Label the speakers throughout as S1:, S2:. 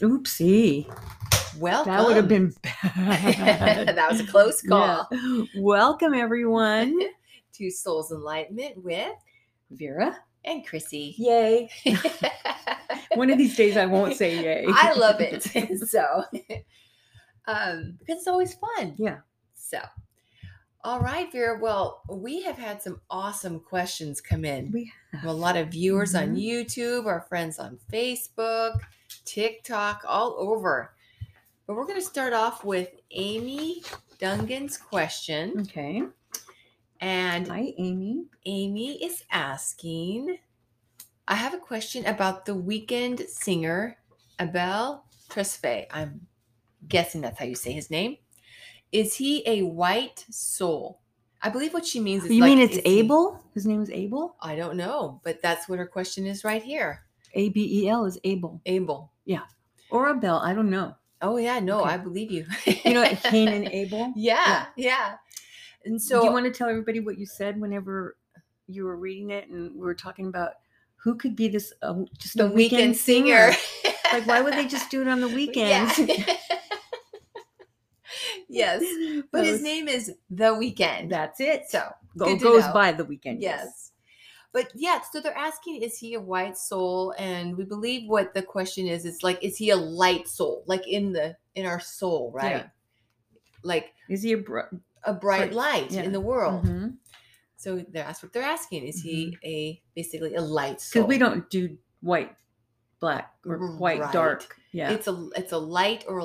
S1: Oopsie.
S2: Welcome.
S1: That would have been bad.
S2: Oh, that was a close call
S1: Yeah. Welcome, everyone.
S2: to Souls Enlightenment with
S1: Vera.
S2: and Chrissy.
S1: Yay. One of these days I won't say yay.
S2: I love it. so, um, because it's always fun.
S1: Yeah.
S2: So, all right, Vera. Well, we have had some awesome questions come in
S1: We
S2: from a lot of viewers on
S1: Mhm.
S2: YouTube, our friends on Facebook, TikTok, all over. But we're going to start off with Amy Dungan's question.
S1: Okay.
S2: And
S1: Mm-hmm. Hi, Amy.
S2: Amy is asking I have a question about the weekend singer Abel Tresfe. I'm guessing that's how you say his name. Is he a white soul? I believe what she means is
S1: You
S2: like,
S1: mean it's
S2: is he-
S1: Abel? His name is Abel?
S2: I don't know, but that's what her question is right here.
S1: A B E L is Abel.
S2: Abel.
S1: Or Abel. I don't know.
S2: Oh yeah, no,
S1: Okay.
S2: I believe you.
S1: You know, Cain and Abel.
S2: yeah, yeah. And so
S1: do you want to tell everybody what you said whenever you were reading it and we were talking about who could be this uh, just
S2: the
S1: a
S2: weekend, singer.
S1: like why would they just do it on the weekends
S2: Yeah. yes. But his
S1: Those-
S2: name is The Weekend.
S1: that's it
S2: So
S1: Go-
S2: good to
S1: goes
S2: know.
S1: by the weekend
S2: yes. But yeah, so they're asking, is he a white soul? And we believe what the question is, it's like, is he a light soul? Like in the in our soul,
S1: Yeah.
S2: right? Like
S1: is he a bro
S2: a
S1: Bright-
S2: bright light in
S1: yeah.
S2: the world.
S1: Mhm.
S2: So they're- that's what they're asking. Is he a basically a light
S1: because
S2: soul?
S1: Mm-hmm. we don't do white black or white
S2: Right.
S1: dark yeah
S2: It's a it's a light or a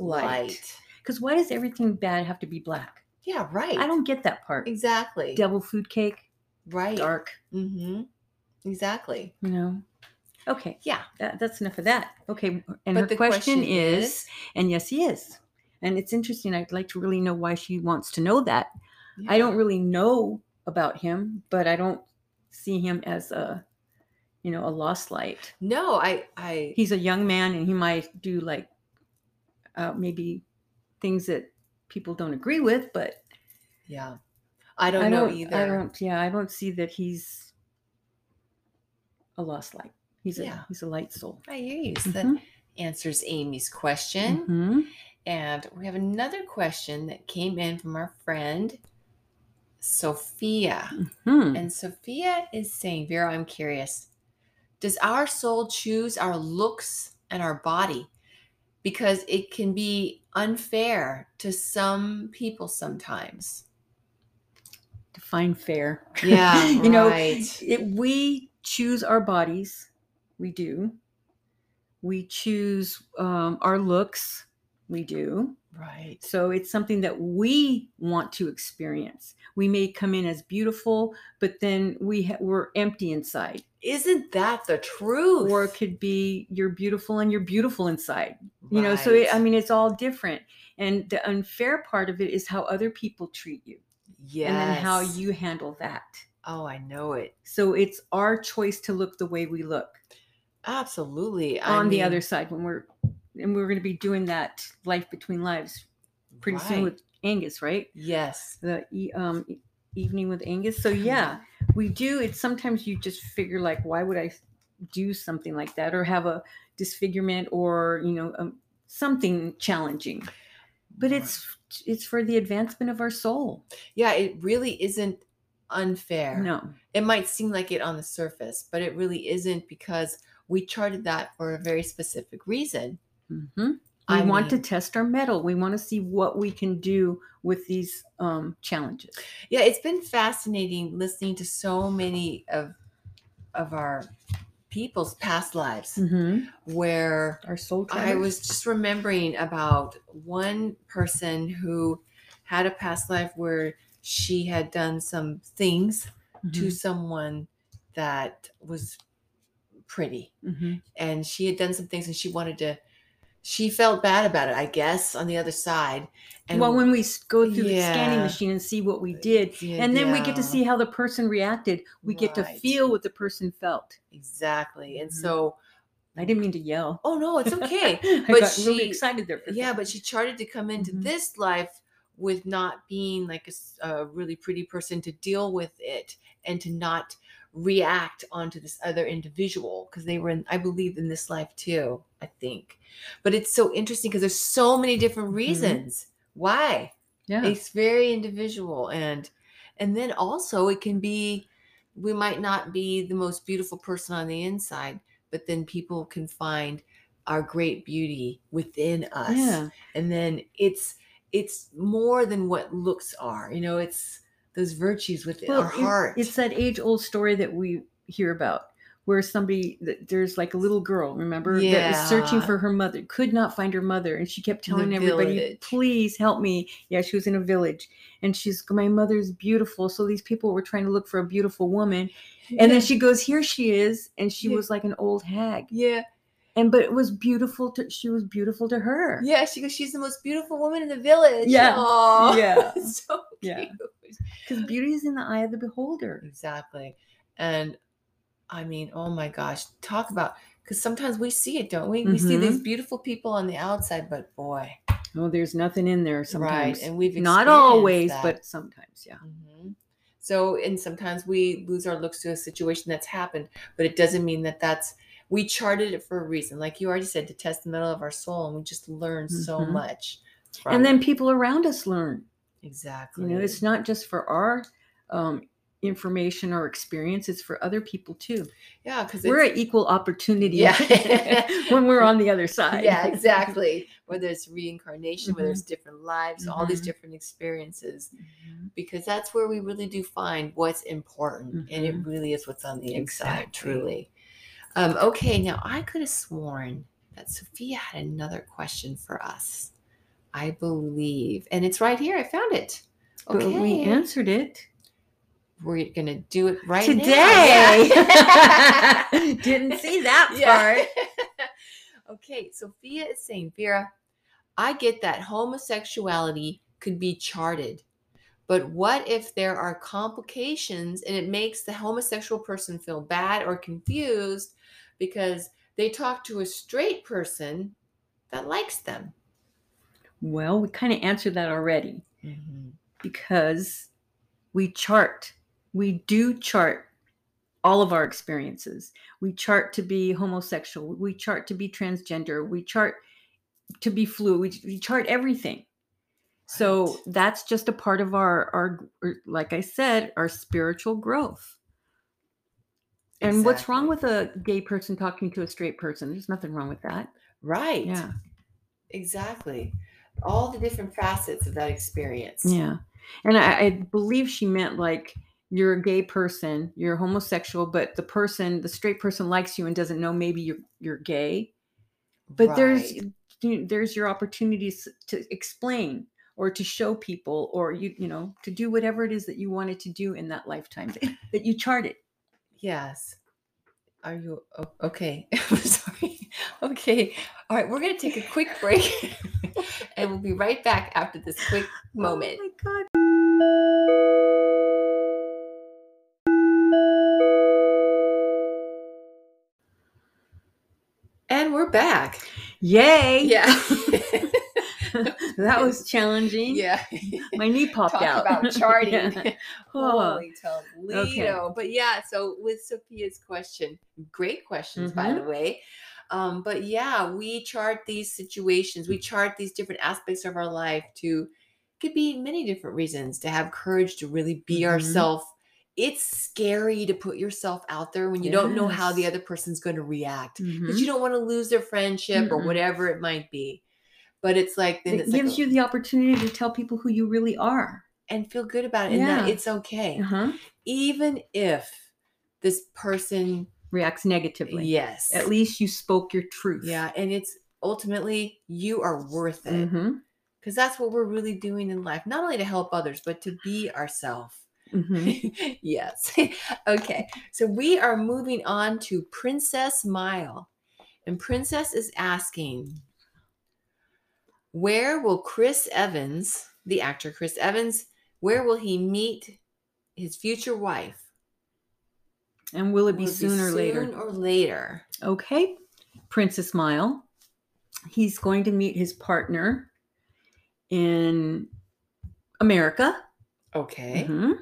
S1: lost
S2: light.
S1: light. because why does everything bad have to be black
S2: Yeah, right.
S1: i don't get that part
S2: exactly
S1: devil food cake
S2: right.
S1: dark
S2: Mm-hmm. Exactly.
S1: you know okay
S2: Yeah.
S1: that, that's enough of that okay and
S2: but
S1: her
S2: the
S1: question, is And yes, he is. And it's interesting. I'd like to really know why she wants to know that. I don't really know about him, but I don't see him as a, you know, a lost light.
S2: No, I I
S1: He's a young man, and he might do like uh, maybe things that people don't agree with, but
S2: yeah. I don't
S1: I
S2: know
S1: don't.
S2: either.
S1: I don't. Yeah, I don't see that he's a lost light. He's a
S2: Yeah.
S1: he's a light soul.
S2: I hear you. So that
S1: Mhm,
S2: answers Amy's question.
S1: mhm.
S2: And we have another question that came in from our friend Sophia.
S1: Hmm.
S2: And Sophia is saying, Vera, I'm curious. Does our soul choose our looks and our body? Because it can be unfair to some people sometimes.
S1: define fair.
S2: Yeah,
S1: you know,
S2: right.
S1: it, we choose our bodies. We do. We choose um, our looks. We do.
S2: Right.
S1: So it's something that we want to experience. We may come in as beautiful, but then we ha- we're empty inside.
S2: Isn't that the truth?
S1: Or it could be you're beautiful and you're beautiful inside. You know, so it, I
S2: Right.
S1: mean, it's all different. And the unfair part of it is how other people treat you,
S2: yes.
S1: and then how you handle that.
S2: Oh, I know it.
S1: So it's our choice to look the way we look
S2: Absolutely. I
S1: on the other
S2: mean,
S1: side when we're and we're going to be doing that life between lives pretty soon
S2: right.
S1: with Angus, right?
S2: Yes.
S1: The e- um, e- evening with Angus. So yeah, we do. It's sometimes you just figure like, why would I do something like that or have a disfigurement or you know um, something challenging? But
S2: Right.
S1: it's it's for the advancement of our soul.
S2: yeah, it really isn't unfair.
S1: No,
S2: it might seem like it on the surface, but it really isn't because we charted that for a very specific reason.
S1: hmm We
S2: I
S1: want
S2: mean-
S1: to test our metal. We want to see what we can do with these um, challenges.
S2: Yeah, it's been fascinating listening to so many of of our people's past lives where
S1: Our soul.
S2: Mm-hmm. I was just remembering about one person who had a past life where she had done some things
S1: Mm-hmm.
S2: to someone that was pretty.
S1: Mm-hmm.
S2: and she had done some things and she wanted to she felt bad about it i guess on the other side and
S1: well, when we s- go through the scanning
S2: Yeah.
S1: machine and see what we did, and then we get to
S2: yeah,
S1: see how the person reacted, we get to
S2: Right.
S1: feel what the person felt.
S2: exactly and
S1: Mhm.
S2: so
S1: I didn't mean to yell.
S2: oh no it's okay
S1: I
S2: But
S1: got really
S2: she-
S1: excited there. for a
S2: yeah
S1: second.
S2: but she charted to come into
S1: Mhm.
S2: this life with not being like a s- a, really pretty person to deal with it and to not react onto this other individual because they were in i believe in this life too i think but it's so interesting because there's so many different
S1: Mm-hmm.
S2: reasons why
S1: Yeah.
S2: it's very individual and and then also it can be we might not be the most beautiful person on the inside but then people can find our great beauty within us
S1: Yeah.
S2: and then it's it's more than what looks are you know it's those virtues within
S1: Well,
S2: our
S1: it-
S2: heart
S1: It's that age old story that we hear about where somebody, that there's like a little girl, remember, that was searching
S2: Yeah.
S1: for her mother, could not find her mother. And she kept
S2: In the
S1: telling everybody,
S2: village.
S1: please help me. Yeah, she was in a village. And she's, my mother's beautiful. So these people were trying to look for a beautiful woman. And then she goes, here she is. And she
S2: Yeah.
S1: was like an old hag.
S2: yeah
S1: And, but it was beautiful to, she was beautiful to her.
S2: yeah she goes she's the most beautiful woman in the village
S1: Yeah.
S2: Aw.
S1: Yeah.
S2: so
S1: Yeah.
S2: cute.
S1: Because beauty is in the eye of the beholder.
S2: Exactly. And I mean, oh my gosh, talk about because sometimes we see it, don't we? We see
S1: Mm-hmm.
S2: these beautiful people on the outside, but boy,
S1: Oh, there's nothing in there sometimes.
S2: right? And we've
S1: not
S2: experienced
S1: always,
S2: that.
S1: but sometimes. Yeah.
S2: Mhm. so and sometimes we lose our looks to a situation that's happened, but it doesn't mean that that's we charted it for a reason, like you already said, to test the middle of our soul, and we just learn so
S1: Mhm.
S2: much. from
S1: and then
S2: it.
S1: people around us learn you
S2: exactly,
S1: know it's not just for our um, information or experience it's for other people too
S2: yeah, because
S1: we're at equal opportunity
S2: Yeah.
S1: when we're on the other side Mm-hmm.
S2: Yeah, exactly. Whether it's reincarnation, whether it's different lives, all these
S1: Mhm.
S2: different experiences,
S1: Mhm.
S2: because that's where we really do find what's important. And it
S1: Mhm.
S2: really is what's on the inside,
S1: Exactly.
S2: truly. Um, okay, now I could have sworn that Sophia had another question for us. I believe. And it's right here. I found it.
S1: but
S2: Okay.
S1: we answered it
S2: We're going to do it right now.
S1: today
S2: Yeah.
S1: didn't see that
S2: Yeah.
S1: part
S2: okay, Sophia is saying, Vera, I get that homosexuality could be charted, but what if there are complications and it makes the homosexual person feel bad or confused because they talk to a straight person that likes them?
S1: well we kind of answered that already Mm-hmm. because we chart. We do chart all of our experiences. We chart to be homosexual. We chart to be transgender. We chart to be fluid. We, we chart everything. So
S2: Right.
S1: that's just a part of our, our, our- like I said, our spiritual growth. And what's wrong with
S2: Exactly.
S1: a gay person talking to a straight person? There's nothing wrong with that.
S2: Right.
S1: Yeah.
S2: Exactly. All the different facets of that experience.
S1: Yeah. And I, I believe she meant like you're a gay person, you're homosexual, but the person, the straight person likes you and doesn't know maybe you're you're gay. But there's
S2: Right.
S1: you know, there's your opportunities to explain or to show people or you you know to do whatever it is that you wanted to do in that lifetime that, that you charted.
S2: Yes. Are you o- okay? I'm sorry. Okay. All right. We're going to take a quick break and we'll be right back after this quick moment.
S1: Oh my god.
S2: And we're back.
S1: Yay.
S2: Yeah.
S1: that was challenging.
S2: yeah.
S1: My knee popped
S2: Talk
S1: out.
S2: about charting.
S1: Yeah. Oh.
S2: Holy Toledo. But yeah, so with Sophia's question, great questions, by
S1: Mm-hmm.
S2: the way. Um, but yeah, we chart these situations, we chart these different aspects of our life to could be many different reasons to have courage to really be
S1: Mhm.
S2: ourself. It's scary to put yourself out there when you don't know how the
S1: Yes.
S2: other person's going to react
S1: Mhm.
S2: because you don't want to lose their friendship or
S1: Mm-mm.
S2: whatever it might be. But it's like then
S1: Mm-hmm. it
S2: it's like
S1: gives
S2: a-
S1: you the opportunity to tell people who you really are.
S2: and feel good about it and that
S1: Yeah.
S2: it's okay,
S1: Uh-huh.
S2: even if this person
S1: Reacts negatively.
S2: yes
S1: At least you spoke your truth.
S2: yeah, and it's ultimately you are worth it.
S1: hmm
S2: because that's what we're really doing in life not only to help others but to be ourselves
S1: hmm
S2: yes okay so we are moving on to princess mile and princess is asking where will chris evans the actor chris evans where will he meet his future wife
S1: And will it be
S2: Will
S1: soon or
S2: soon
S1: later?
S2: or later
S1: Okay. Princess Mile. He's going to meet his partner in America.
S2: okay
S1: Mm-hmm. Mhm.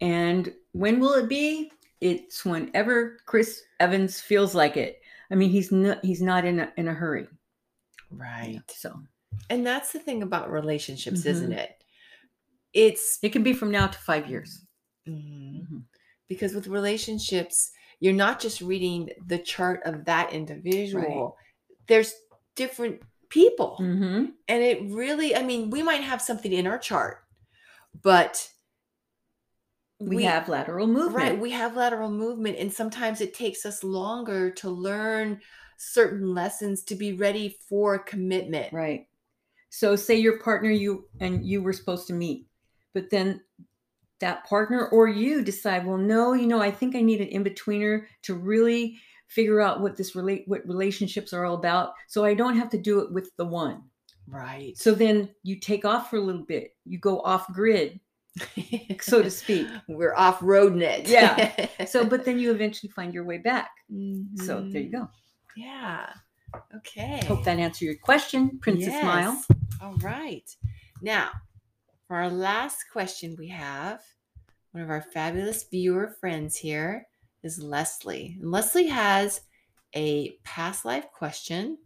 S1: And when will it be? It's whenever Chris Evans feels like it. I mean, he's not he's not in a, in a hurry.
S2: Right.
S1: So
S2: And that's the thing about relationships, isn't
S1: Mm-hmm.
S2: it? It's
S1: it can be from now to five years.
S2: Mhm.
S1: Mhm.
S2: because with relationships, you're not just reading the chart of that individual. There's different people.
S1: Mhm.
S2: And it really, I mean, we might have something in our chart, but
S1: We, have lateral movement.
S2: Right. We have lateral movement, and sometimes it takes us longer to learn certain lessons to be ready for commitment.
S1: Right. So say your partner you and you were supposed to meet, but then that partner or you decide, well, no, you know, I think I need an in-betweener to really figure out what this relate what relationships are all about. So I don't have to do it with the one.
S2: Right.
S1: So then you take off for a little bit. You go off grid, so to speak.
S2: we're off roading it.
S1: Yeah. So but then you eventually find your way back. So there you
S2: Mhm.
S1: go.
S2: Yeah. Okay.
S1: Hope that answered your question, Princess Smile.
S2: Yes. All right. Now, for our last question, we have one of our fabulous viewer friends here is Leslie. And Leslie has a past life question,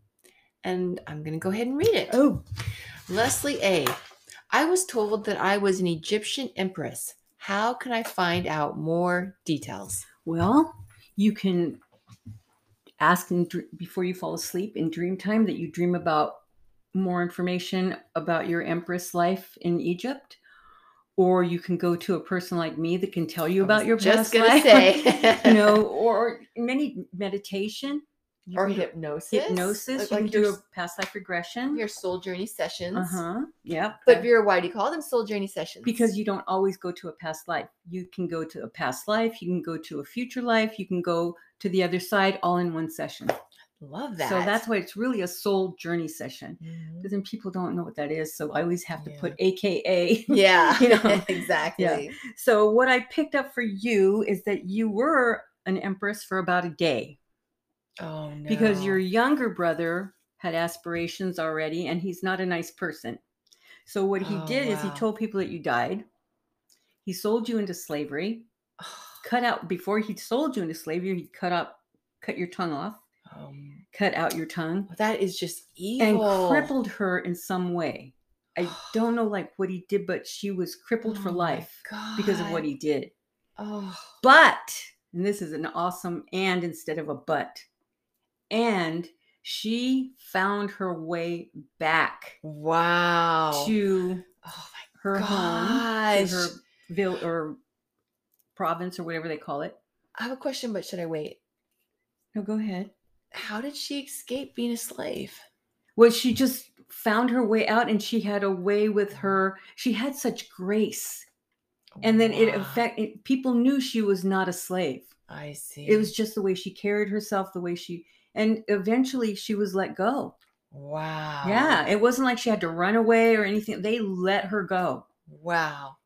S2: and I'm going to go ahead and read it.
S1: Oh,
S2: Leslie A. I was told that I was an Egyptian empress. How can I find out more details?
S1: Well, you can ask in, dr- before you fall asleep in dream time that you dream about more information about your empress life in Egypt, or you can go to a person like me that can tell you
S2: I
S1: about
S2: was
S1: your past
S2: just gonna
S1: life,
S2: say.
S1: you know, or many meditation you
S2: Or
S1: can do-
S2: hypnosis.
S1: hypnosis.
S2: Like-
S1: you can
S2: like
S1: do
S2: your,
S1: a past life regression.
S2: your soul journey sessions.
S1: Uh huh. Yeah.
S2: But Vera, why do you call them soul journey sessions?
S1: because you don't always go to a past life. You can go to a past life, you can go to a future life, you can go to the other side all in one session.
S2: love that.
S1: So that's why it's really a soul journey session.
S2: Mhm.
S1: Because then people don't know what that is. So I always have to
S2: Yeah.
S1: put AKA.
S2: yeah,
S1: You know,
S2: exactly.
S1: so what I picked up for you is that you were an empress for about a day
S2: Oh no.
S1: because your younger brother had aspirations already and he's not a nice person. So what he
S2: Oh,
S1: did is he
S2: wow.
S1: told people that you died. He sold you into slavery. cut out before he sold you into slavery, he cut out cut your tongue off,
S2: Um,
S1: cut out your tongue,
S2: that is just
S1: and
S2: evil.
S1: crippled her in some way. I don't know like what he did, but she was crippled for
S2: Oh my
S1: life because of what
S2: God.
S1: he did.
S2: Oh.
S1: But, and this is an awesome and instead of a but, and she found her way back
S2: Wow.
S1: to
S2: oh my
S1: her home,
S2: Gosh.
S1: to her ville or province or whatever they call it.
S2: I have a question, but should I wait?
S1: No, go ahead.
S2: How did she escape being a slave?
S1: Well, she just found her way out and she had a way with her. She had such grace. And then it
S2: Wow.
S1: affected people knew she was not a slave.
S2: I see.
S1: It was just the way she carried herself, the way she and eventually she was let go.
S2: wow.
S1: Yeah, it wasn't like she had to run away or anything. They let her go.
S2: Wow.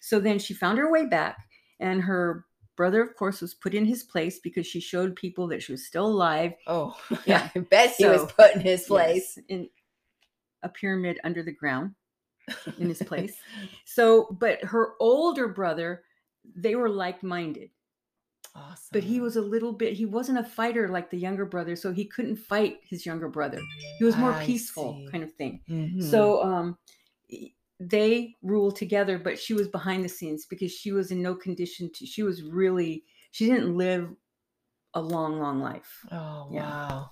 S1: So then she found her way back and her brother of course was put in his place because she showed people that she was still alive.
S2: Oh,
S1: Yeah.
S2: I bet he
S1: So-
S2: was put in his place.
S1: Yes, in a pyramid under the ground in his place. So, but her older brother, they were like minded,
S2: awesome.
S1: but he was a little bit, he wasn't a fighter like the younger brother. So he couldn't fight his younger brother. He was more
S2: Ah, I
S1: peaceful
S2: see.
S1: kind of thing.
S2: Mhm.
S1: So, um, y- they ruled together, but she was behind the scenes because she was in no condition to, she was really, she didn't live a long, long life.
S2: Oh
S1: yeah.
S2: wow.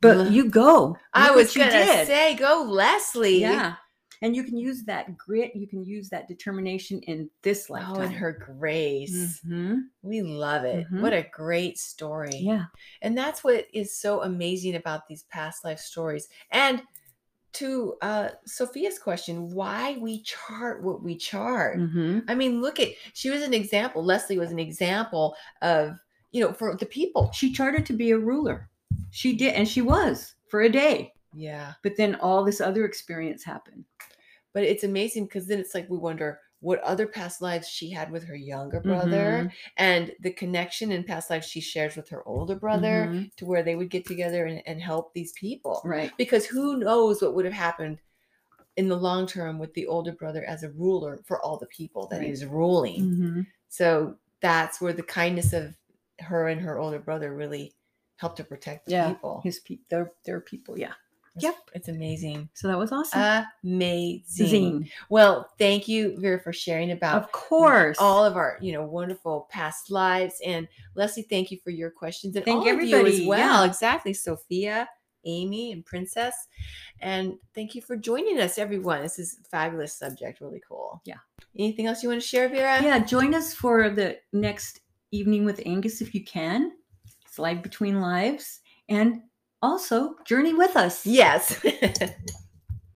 S1: But
S2: Well,
S1: you go.
S2: I
S1: Look what
S2: was
S1: you
S2: gonna
S1: did.
S2: say, go Leslie.
S1: Yeah. And you can use that grit, you can use that determination in this lifetime.
S2: Oh, and her grace.
S1: Mhm.
S2: Mm. We love it.
S1: Mhm.
S2: What a great story.
S1: Yeah.
S2: And that's what is so amazing about these past life stories. And to uh, Sophia's question, why we chart what we chart.
S1: Mm-hmm.
S2: I mean, look at, she was an example. Leslie was an example of, you know, for the people.
S1: She charted to be a ruler. She did, and she was for a day.
S2: Yeah.
S1: But then all this other experience happened.
S2: But it's amazing because then it's like we wonder what other past lives she had with her younger
S1: Mm-hmm.
S2: brother and the connection in past lives she shares with her older brother
S1: Mhm.
S2: to where they would get together and, and help these people.
S1: Right.
S2: because who knows what would have happened in the long term with the older brother as a ruler for all the people that he
S1: Right.
S2: Mm-hmm. was ruling.
S1: Mhm.
S2: So that's where the kindness of her and her older brother really helped to protect the
S1: Yeah.
S2: people.
S1: His pe- their their people. Yeah.
S2: It's-
S1: Yep.
S2: It's amazing.
S1: So that was awesome.
S2: Amazing.
S1: Zine.
S2: Well, thank you, Vera, for sharing about
S1: Of course.
S2: all of our, you know, wonderful past lives. And Leslie, thank you for your questions and
S1: Thank
S2: all of you
S1: everybody,
S2: as well.
S1: yeah.
S2: Exactly, Sophia, Amy, and Princess. And thank you for joining us, everyone. This is a fabulous subject. Really cool.
S1: Yeah.
S2: Anything else you want to share, Vera?
S1: yeah, join us for the next evening with Angus if you can. Slide between lives and also journey with us.
S2: Yes.